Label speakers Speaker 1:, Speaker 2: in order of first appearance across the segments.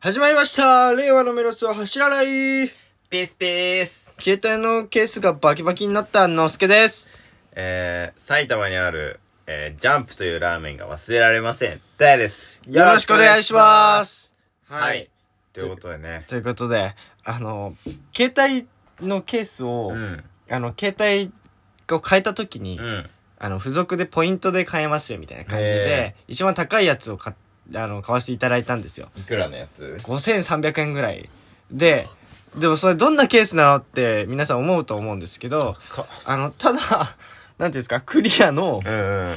Speaker 1: 始まりました令和のメロスは走らない
Speaker 2: ペースペース。
Speaker 1: 携帯のケースがバキバキになったのすけです
Speaker 2: えー、埼玉にある、えー、ジャンプというラーメンが忘れられません。ダヤです。
Speaker 1: よろしくお願いします
Speaker 2: すはい。ということでね。
Speaker 1: ということで、あの、携帯のケースを、
Speaker 2: うん。
Speaker 1: あの、携帯を変えた時に、
Speaker 2: うん。
Speaker 1: あの、付属でポイントで買えますよみたいな感じで、一番高いやつを買っあの、買わせていただいたんですよ。
Speaker 2: いくらのやつ
Speaker 1: 5300円ぐらい。で、でもそれどんなケースなのって皆さん思うと思うんですけど、
Speaker 2: か。
Speaker 1: あの、ただ、 なんていうんですか、クリアの、
Speaker 2: うんうん。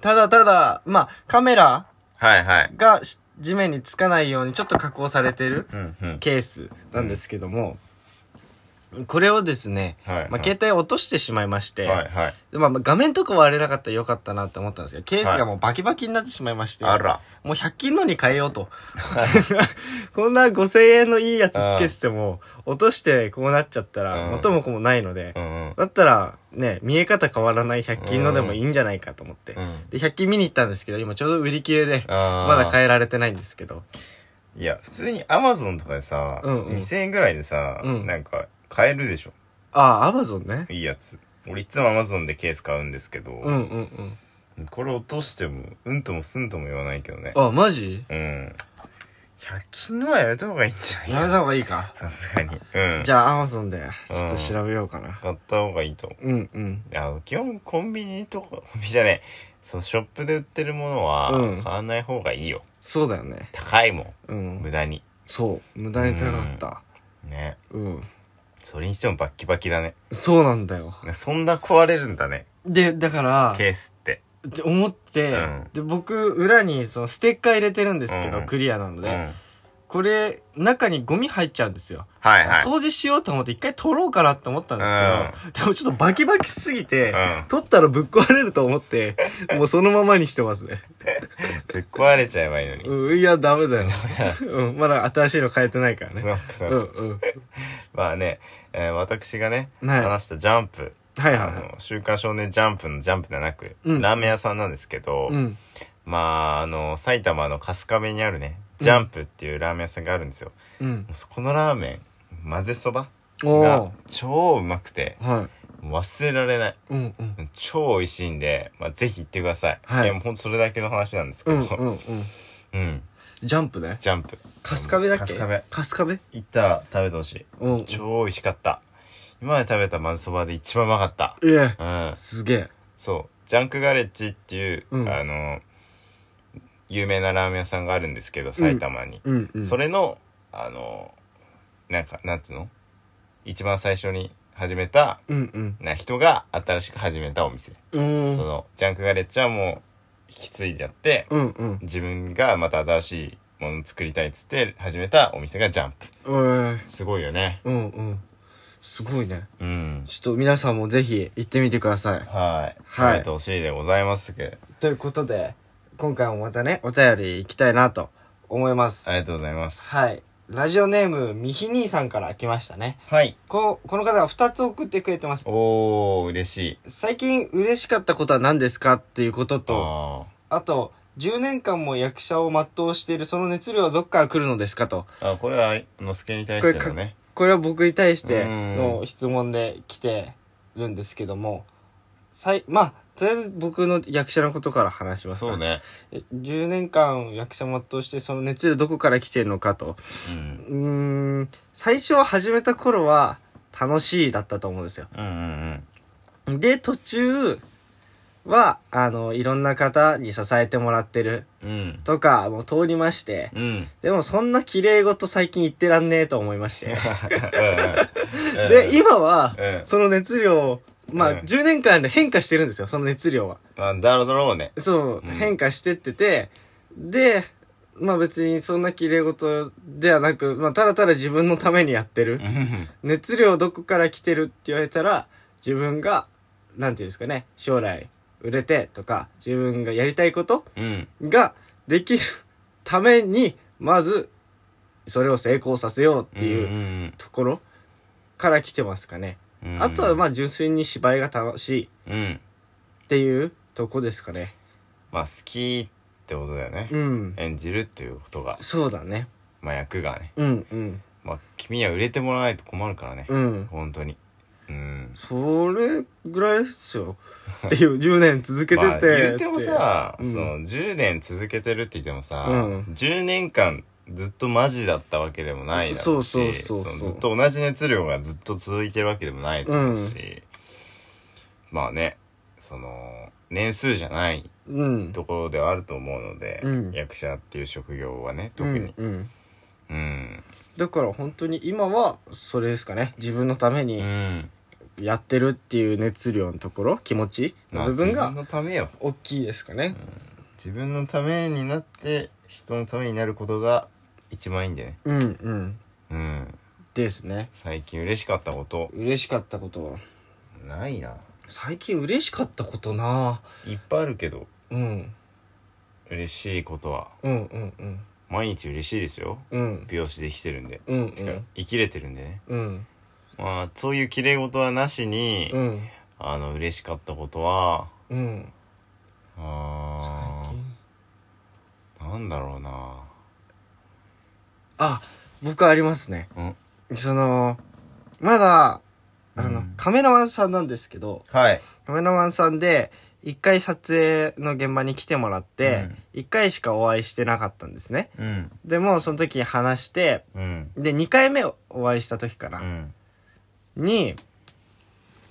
Speaker 1: ただただ、まあ、カメラ
Speaker 2: はいはい。
Speaker 1: がし地面につかないようにちょっと加工されてる
Speaker 2: うんうん。
Speaker 1: ケースなんですけども、これをですね、
Speaker 2: はいはい
Speaker 1: まあ、携帯を落としてしまいまして、
Speaker 2: はいはい。
Speaker 1: でまあ、まあ画面とか割れなかったらよかったなって思ったんですけど、ケースがもうバキバキになってしまいまして、
Speaker 2: あら。
Speaker 1: もう100均のに変えようと。 こんな5000円のいいやつつけてても、落としてこうなっちゃったら
Speaker 2: うん
Speaker 1: 元も子もないので
Speaker 2: う、んうん。
Speaker 1: だったらね、見え方変わらない100均のでもいいんじゃないかと思って
Speaker 2: う。ん。
Speaker 1: で、100均見に行ったんですけど、今ちょうど売り切れで、
Speaker 2: あー
Speaker 1: まだ変えられてないんですけど。
Speaker 2: いや、普通にアマゾンとかでさ、
Speaker 1: うんうん
Speaker 2: 2000円ぐらいでさ、
Speaker 1: うん
Speaker 2: なんか、買えるでしょ。
Speaker 1: ああ、アマゾンね。
Speaker 2: いいやつ。俺いつもアマゾンでケース買うんですけど、
Speaker 1: うんうんうん。
Speaker 2: これ落としても、うんともすんとも言わないけどね。
Speaker 1: あ、マジ
Speaker 2: うん。100均のはやめた方がいいんじゃない
Speaker 1: やめた方がいいか。
Speaker 2: さすがに。うん。
Speaker 1: じ
Speaker 2: ゃ
Speaker 1: ゃあ、アマゾンで、ちょっと調べようかな。
Speaker 2: 買った方がいいと思う。
Speaker 1: うんうん。
Speaker 2: いや、基本コンビニとか、コンビニじゃねえ。そのショップで売ってるものは
Speaker 1: うん、
Speaker 2: 買わない方がいいよ。
Speaker 1: そうだよね。
Speaker 2: 高いも。
Speaker 1: うん
Speaker 2: 無
Speaker 1: ん。
Speaker 2: 駄に。
Speaker 1: そう。無駄に高かった。
Speaker 2: ね。
Speaker 1: うん。
Speaker 2: それにしてもバッキバキだね。
Speaker 1: そうなんだよ。
Speaker 2: そんな壊れるんだね。
Speaker 1: で、だから、
Speaker 2: ケースって。
Speaker 1: って思って、
Speaker 2: うん
Speaker 1: で、僕、裏にそのステッカー入れてるんですけど、
Speaker 2: うん
Speaker 1: クリアなの
Speaker 2: うん。
Speaker 1: で、
Speaker 2: はい
Speaker 1: これ、中にゴミ入っちゃうんですよ。
Speaker 2: はい。
Speaker 1: 掃除しようと思って一回取ろうかなと思ったんですけど、でもちょっとバキバキすぎて、
Speaker 2: うん
Speaker 1: 取ったらぶっ壊れると思 って、もうそのままにしてますね。
Speaker 2: ぶっ壊れちゃえばいいのに。
Speaker 1: うん、いや、ダメだよ。うん、まだ新しいの変えてないからね。、
Speaker 2: そうそううん
Speaker 1: うん。
Speaker 2: まあね、えー私がね、
Speaker 1: はい
Speaker 2: 話したジャンプ。
Speaker 1: はいはい
Speaker 2: あ
Speaker 1: はい。
Speaker 2: の、週刊少年ジャンプのジャンプではなく、
Speaker 1: うん
Speaker 2: ラーメン屋さんなんですけど、
Speaker 1: うん。
Speaker 2: まあ、あの、埼玉の春日部にあるね、ジャンプっていうラーメン屋さんがあるんですよ。
Speaker 1: うん。
Speaker 2: もうそこのラーメン、混ぜそば
Speaker 1: お
Speaker 2: が
Speaker 1: ー。
Speaker 2: 超うまくて、
Speaker 1: は
Speaker 2: もう忘れられない。
Speaker 1: い。うん、うん。
Speaker 2: 超美味しいんで、まあ、ぜひ行ってください。
Speaker 1: はい
Speaker 2: いや、もうほんとそれだけの話なんですけ
Speaker 1: う
Speaker 2: ど、
Speaker 1: ん、 うん、うん。
Speaker 2: うん
Speaker 1: ジャンプね。
Speaker 2: ジャンプ。
Speaker 1: 春日部だっけ
Speaker 2: 春日
Speaker 1: 春日
Speaker 2: 部。行ったら食べてほしい。
Speaker 1: 部うん。
Speaker 2: 超美味しかった。今まで食べた混ぜそばで一番うまかった。
Speaker 1: いえ。
Speaker 2: うん。
Speaker 1: すげえ。
Speaker 2: そう。ジャンクガレッジっていう、
Speaker 1: うん
Speaker 2: あの、有名なラーメン屋さんがあるんですけど、埼玉に。
Speaker 1: うん、うん。
Speaker 2: それの、あの、なんか、なんつうの一番最初に始めた、
Speaker 1: うん
Speaker 2: な人が新しく始めたお店。
Speaker 1: うん。うん
Speaker 2: その、ジャンクガレッジはもう、引き継いでやって、
Speaker 1: うんうん。
Speaker 2: 自分がまた新しいものを作りたいっつって始めたお店がジャンプ。
Speaker 1: おい。
Speaker 2: すごいよね。
Speaker 1: うんうん。すごいね。
Speaker 2: うん。
Speaker 1: ちょっと皆さんもぜひ行ってみてください。
Speaker 2: はい。
Speaker 1: はい
Speaker 2: 食べてほしいでございますけど。
Speaker 1: ということで、今回もまたね、お便り行きたいなと思います。
Speaker 2: ありがとうございます。
Speaker 1: はい。ラジオネーム、みひ兄さんから来ましたね。
Speaker 2: はい。
Speaker 1: こう、この方が2つ送ってくれてます。
Speaker 2: おー、嬉しい。
Speaker 1: 最近嬉しかったことは何ですかっていうことと、
Speaker 2: あ
Speaker 1: あと、10年間も役者を全うしているその熱量はどっから来るのですかと。
Speaker 2: ーあ、これは、のすけに対してのね。
Speaker 1: これは僕に対しての質問で来てるんですけども、さいまあ、とりあえず僕の役者のことから話しますか
Speaker 2: そう。ね。
Speaker 1: え10年間役者全うしてその熱量どこから来てるのかと。
Speaker 2: うん。
Speaker 1: うーん、最初は始めた頃は楽しいだったと思うんですよ。
Speaker 2: うんうん
Speaker 1: で、途中は、あの、いろんな方に支えてもらってる
Speaker 2: うん。うん。
Speaker 1: とか、もう通りまして、
Speaker 2: うん。うん。
Speaker 1: でもそんな綺麗事最近言ってらんねえと思いまして。
Speaker 2: うん
Speaker 1: で、、今は、
Speaker 2: うん
Speaker 1: その熱量、まあ、
Speaker 2: うん
Speaker 1: 10年間で変化してるんですよ、その熱量は。
Speaker 2: まあ、だろうね。
Speaker 1: そう、
Speaker 2: うん
Speaker 1: 変化してってて、で、まあ別にそんな綺麗事ではなく、まあただただ自分のためにやってる
Speaker 2: う。ん
Speaker 1: 熱量どこから来てるって言われたら、自分が、なんていうんですかね、将来売れてとか、自分がやりたいこと
Speaker 2: うん。
Speaker 1: ができるために、まず、それを成功させようっていううんところから来てますかね。
Speaker 2: うんうん。
Speaker 1: あとはま
Speaker 2: あ、
Speaker 1: あ純粋に芝居が楽しい
Speaker 2: うん。
Speaker 1: っていうとこですかね。
Speaker 2: まあ、好きってことだよね
Speaker 1: う。ん。
Speaker 2: 演じるっていうことが。
Speaker 1: そうだね。
Speaker 2: まあ役がね
Speaker 1: うんうん
Speaker 2: まあ君は売れてもらわないと困るからね、
Speaker 1: うん
Speaker 2: 本当にうん
Speaker 1: それぐらいです よっていう10年続けてて、
Speaker 2: まあ、言ってもさ、
Speaker 1: うん
Speaker 2: その10年続けてるって言ってもさ、
Speaker 1: うん
Speaker 2: 10年間ずっとマジだったわけでもないだろうし
Speaker 1: そうそうそうそう
Speaker 2: のずっと同じ熱量がずっと続いてるわけでもないだろうし、まあねその年数じゃない
Speaker 1: うん
Speaker 2: ところではあると思うので、
Speaker 1: うん
Speaker 2: 役者っていう職業はね特に
Speaker 1: うんうん、
Speaker 2: うん
Speaker 1: だから本当に今はそれですかね自分のため
Speaker 2: う
Speaker 1: に
Speaker 2: ん、
Speaker 1: やってるっていう熱量のところ気持ち
Speaker 2: ま
Speaker 1: の
Speaker 2: あ
Speaker 1: 部分
Speaker 2: 自分
Speaker 1: が
Speaker 2: のためよ
Speaker 1: 大きいですかね、
Speaker 2: 自分のためになって人のためになることが一番いいんでね
Speaker 1: うんうん
Speaker 2: うん
Speaker 1: ですね
Speaker 2: 最近嬉しかったこと
Speaker 1: 嬉しかったことは
Speaker 2: ないな
Speaker 1: 最近嬉しかったことない
Speaker 2: っぱいあるけど
Speaker 1: うん
Speaker 2: 嬉しいことは
Speaker 1: うんうんうん
Speaker 2: 毎日嬉しいですよ
Speaker 1: うん
Speaker 2: 美容師できてるんで、
Speaker 1: うん
Speaker 2: てか生きれてるんでね
Speaker 1: うん
Speaker 2: まあそういう綺麗事はなしに、
Speaker 1: うん
Speaker 2: あの嬉しかったことは
Speaker 1: うん
Speaker 2: あーなんだろうな
Speaker 1: あ僕ありますね
Speaker 2: うん
Speaker 1: そのまだあの、
Speaker 2: うん
Speaker 1: カメラマンさんなんですけど
Speaker 2: はい
Speaker 1: カメラマンさんで一回撮影の現場に来てもらって一、回しかお会いしてなかったんですね
Speaker 2: うん
Speaker 1: でもその時話して
Speaker 2: うん
Speaker 1: で2回目お会いした時か
Speaker 2: う
Speaker 1: ら
Speaker 2: ん
Speaker 1: に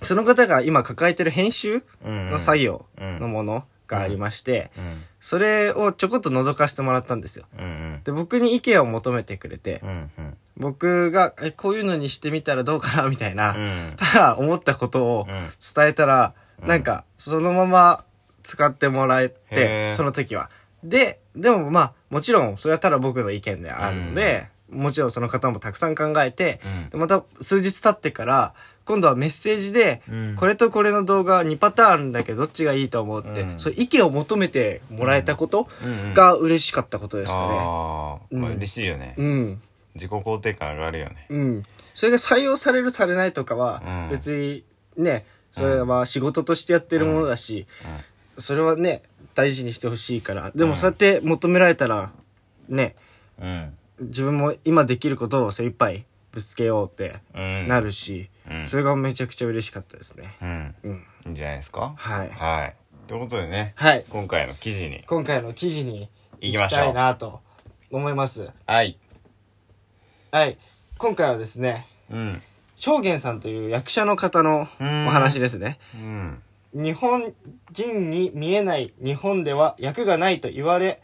Speaker 1: その方が今抱えてる編集
Speaker 2: うん
Speaker 1: の作業
Speaker 2: うん
Speaker 1: のものがありまして、
Speaker 2: うん
Speaker 1: それをちょこっと覗かせてもらったんですよ。
Speaker 2: うんうん
Speaker 1: で、僕に意見を求めてくれて
Speaker 2: う、んうん
Speaker 1: 僕が、え、こういうのにしてみたらどうかな、みたいな、
Speaker 2: うん
Speaker 1: ただ思ったことを
Speaker 2: うん
Speaker 1: 伝えたら、
Speaker 2: うん
Speaker 1: なんか、そのまま使ってもらえ
Speaker 2: へ
Speaker 1: て
Speaker 2: ー、
Speaker 1: その時は。で、でもまあ、もちろん、それはただ僕の意見であるので、もちろんその方もたくさん考えて、でまた数日経ってから、今度はメッセージで、
Speaker 2: うん
Speaker 1: これとこれの動画2パターンあるんだけどどっちがいいと思うって、
Speaker 2: うん
Speaker 1: そう意見を求めてもらえたこと
Speaker 2: うんうん
Speaker 1: が嬉しかったことですか
Speaker 2: あー、まあ
Speaker 1: うん
Speaker 2: 嬉しいよね、
Speaker 1: ね。うん。
Speaker 2: 自己肯定感上がるよね
Speaker 1: うん。それが採用されるされないとか
Speaker 2: う
Speaker 1: は
Speaker 2: ん
Speaker 1: 別にね、それは仕事としてやってるものだし、それはね、大事にしてほしいから。で
Speaker 2: うん
Speaker 1: もそうやって求められたら、ね、
Speaker 2: うん
Speaker 1: 自分も今できることを精一杯ぶつけようって
Speaker 2: うん
Speaker 1: なるし、
Speaker 2: うん
Speaker 1: それがめちゃくちゃ嬉しかったですね。
Speaker 2: うん
Speaker 1: うん。
Speaker 2: いいんじゃないですか
Speaker 1: はい。
Speaker 2: はい。ということでね、
Speaker 1: はい。
Speaker 2: 今回の記事に
Speaker 1: 今回の記事に行
Speaker 2: 行き
Speaker 1: き
Speaker 2: ましょう
Speaker 1: たいなと思います。
Speaker 2: はい。
Speaker 1: はい。今回はですね、
Speaker 2: うん。
Speaker 1: 正元さんという役者の方のお
Speaker 2: うん
Speaker 1: 話ですね。
Speaker 2: うん。
Speaker 1: 日本人に見えない日本では役がないと言われ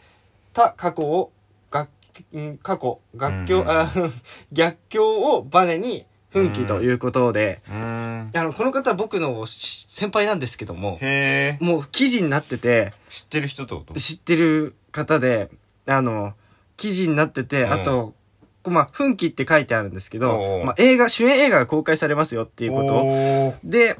Speaker 1: た過去を、楽ん過去、楽
Speaker 2: う
Speaker 1: 教、
Speaker 2: ん
Speaker 1: あ 逆境をバネに奮起ということで、
Speaker 2: うん。
Speaker 1: あの、この方は僕のし先輩なんですけども、
Speaker 2: へえ。
Speaker 1: もう記事になってて、
Speaker 2: 知ってる人ってこと
Speaker 1: 知ってる方で、あの、記事になってて、
Speaker 2: うん
Speaker 1: あと、こうまあ、奮起って書いてあるんですけ
Speaker 2: おうお
Speaker 1: ど、
Speaker 2: う
Speaker 1: まあ、映画、主演映画が公開されますよっていうこと。
Speaker 2: と
Speaker 1: で、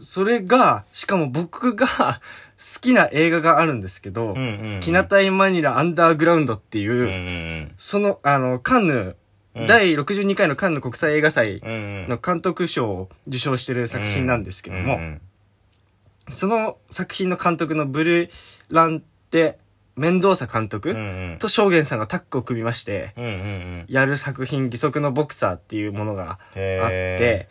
Speaker 1: それが、しかも僕が 好きな映画があるんですけど、
Speaker 2: うんうんうん。
Speaker 1: キナタイマニラアンダーグラウンドっていう、
Speaker 2: うんうん
Speaker 1: その、あの、カンヌ、
Speaker 2: うん
Speaker 1: 第62回のカンヌ国際映画祭
Speaker 2: うん。うんうん
Speaker 1: の監督賞を受賞してる作品なんですけども、
Speaker 2: うん
Speaker 1: その作品の監督のブルーランテ・メンドーサ監
Speaker 2: う
Speaker 1: 督
Speaker 2: んうん。
Speaker 1: と証言さんがタッグを組みまして、
Speaker 2: うんうんうん。
Speaker 1: やる作品、義足のボクサーっていうものがあっ
Speaker 2: へ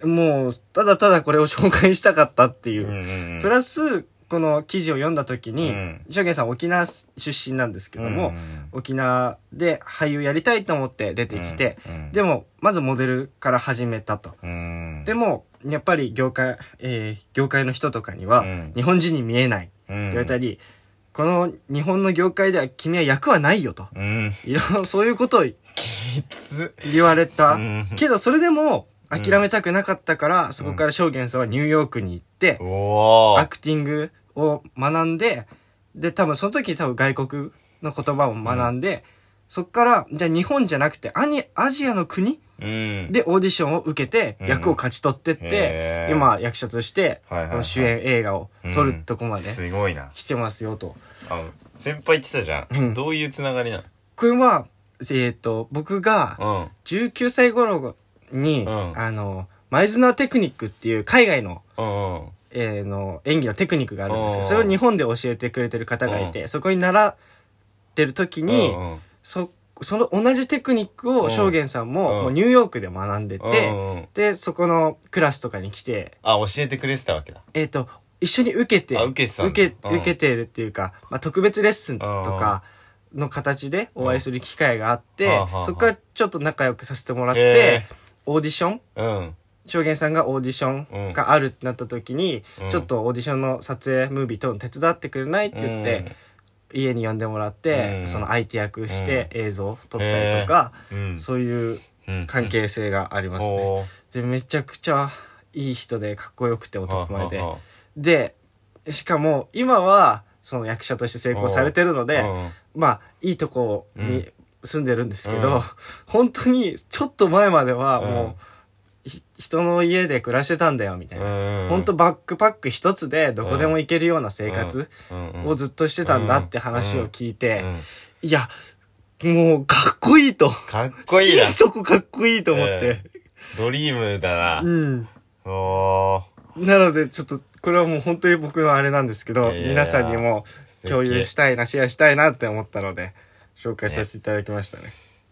Speaker 1: て、もう、ただただこれを紹介したかったってい
Speaker 2: ー。
Speaker 1: う。
Speaker 2: うんうんうん。
Speaker 1: プラス、この記事を読んだ時
Speaker 2: う
Speaker 1: に
Speaker 2: ん、
Speaker 1: 証言さん沖縄出身なんですけど
Speaker 2: う
Speaker 1: も
Speaker 2: んう、ん
Speaker 1: 沖縄で俳優やりたいと思って出てきて、、
Speaker 2: うん
Speaker 1: で、も、まずモデルから始めたと。
Speaker 2: うん。
Speaker 1: で
Speaker 2: も、
Speaker 1: も、やっぱり業界、えー業界の人とかには
Speaker 2: うん、
Speaker 1: 日本人に見えない。
Speaker 2: 言
Speaker 1: 言われた。り、この日本の業界では君は役はないよと。
Speaker 2: うん。
Speaker 1: いろいろそういうことを
Speaker 2: つ。
Speaker 1: 言われた。
Speaker 2: うん
Speaker 1: けどそれでも諦めたくなかったから、そこから証言さんはニューヨークに行って、
Speaker 2: お
Speaker 1: ア
Speaker 2: ー。
Speaker 1: クティングを学んで、で、多分その時に多分外国の言葉を学んで、そこから、じゃあ日本じゃなくてアニ、アジアの国
Speaker 2: うん。
Speaker 1: でオーディションを受けて
Speaker 2: うん
Speaker 1: 役を勝ち取ってって、
Speaker 2: へー
Speaker 1: 今役者として、
Speaker 2: はいはいはい
Speaker 1: この主演映画を撮るとこまで
Speaker 2: ですごいな。
Speaker 1: 来てますよと。
Speaker 2: あの、先輩言ってたじゃ
Speaker 1: うん
Speaker 2: ん。どういうつながりな
Speaker 1: これは、えっ、と、僕が
Speaker 2: のうん。
Speaker 1: 19歳頃に、
Speaker 2: うん
Speaker 1: あの、マイズナーテクニックっていう海外の、
Speaker 2: うんうん。
Speaker 1: えーの演技のテクニックがあるんですけ
Speaker 2: うん
Speaker 1: ど、それを日本で教えてくれてる方がいて、そこに習ってる時に、
Speaker 2: うんうん
Speaker 1: そその同じテクニック
Speaker 2: う
Speaker 1: を
Speaker 2: ん
Speaker 1: 正元さんも
Speaker 2: うん
Speaker 1: もうニューヨークで学んでて、
Speaker 2: で、
Speaker 1: で、そこのクラスとかに来て、
Speaker 2: あ、教えてくれてたわけだ。
Speaker 1: えっ、と、一緒に受けて、
Speaker 2: あ受けてたんだ
Speaker 1: 受け
Speaker 2: うん
Speaker 1: 受けてるっていうか、まあ、特別レッスンとかの形でお会いする機会があって
Speaker 2: うんはあはあ、
Speaker 1: そこからちょっと仲良くさせてもらっ
Speaker 2: へ
Speaker 1: て、オーディション
Speaker 2: うん。
Speaker 1: 証言さんがオーディションがあるってなった時に、
Speaker 2: うん
Speaker 1: ちょっとオーディションの撮影ムービー撮るの手伝ってくれないって言って、家に呼んでもらって、
Speaker 2: うん
Speaker 1: その相手役して映像を撮ったりとか、
Speaker 2: うん、
Speaker 1: そういう
Speaker 2: うん
Speaker 1: 関係性がありますね。
Speaker 2: おー
Speaker 1: でめちゃくちゃいい人でかっこよくて
Speaker 2: は
Speaker 1: 男前で
Speaker 2: は。は
Speaker 1: でしかも今はその役者として成功されてるので、
Speaker 2: うん
Speaker 1: まあいいとこ
Speaker 2: う
Speaker 1: に
Speaker 2: ん
Speaker 1: 住んでるんですけ
Speaker 2: う
Speaker 1: ど、
Speaker 2: ん
Speaker 1: 本当にちょっと前までは
Speaker 2: うん
Speaker 1: もう、ひ人の家で暮らしてたんだよみたいな、
Speaker 2: うん
Speaker 1: 本当バックパック一つでどこでも行けるような生活
Speaker 2: うんうん
Speaker 1: をずっとしてたんだって話を聞いて、
Speaker 2: うん
Speaker 1: いやもうかっこいいと
Speaker 2: かっこいいな
Speaker 1: 心底かっこいいと思って、
Speaker 2: ドリームだな。
Speaker 1: うん
Speaker 2: おー
Speaker 1: なので、ちょっと、これはもう本当に僕のあれなんですけど、
Speaker 2: いやいや
Speaker 1: 皆さんにも
Speaker 2: 素敵
Speaker 1: 共有したいな、シェアしたいなって思ったので、紹介させていただきましたね。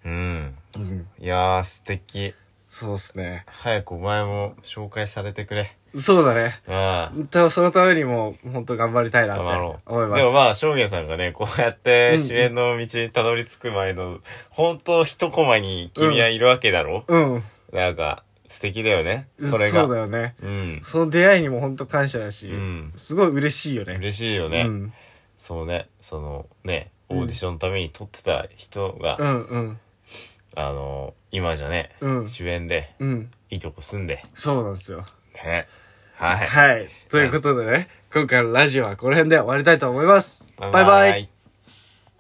Speaker 2: うん。
Speaker 1: うん、
Speaker 2: いやー、素敵。
Speaker 1: そうですね。
Speaker 2: 早くお前も紹介されてくれ。
Speaker 1: そうだね。
Speaker 2: ああ。
Speaker 1: たそのためにも、本当頑張りたいなっ
Speaker 2: 頑張ろ
Speaker 1: て
Speaker 2: う。
Speaker 1: 思いま。
Speaker 2: ですもまあ、正元さんがね、こうやって
Speaker 1: うん
Speaker 2: 主演の道にたどり着く前の、本当一コマに君はいるわけだろ、
Speaker 1: うん。
Speaker 2: なんか、素敵だよね。
Speaker 1: そ
Speaker 2: それが。
Speaker 1: うだよね。
Speaker 2: うん。
Speaker 1: その出会いにも本当感謝だし、
Speaker 2: うん
Speaker 1: すごい嬉しいよね。
Speaker 2: 嬉しいよね。
Speaker 1: うん。
Speaker 2: そうね。そのね、
Speaker 1: うん
Speaker 2: オーディションのために撮ってた人が、
Speaker 1: うんうん。
Speaker 2: あの、今じゃね、
Speaker 1: うん
Speaker 2: 主演で、
Speaker 1: うん。
Speaker 2: いいとこ住んで、
Speaker 1: そうなんですよ。
Speaker 2: ね。はい。
Speaker 1: はい。ということでね、今回のラジオはこの辺で終わりたいと思います。バイバイ。
Speaker 2: イ。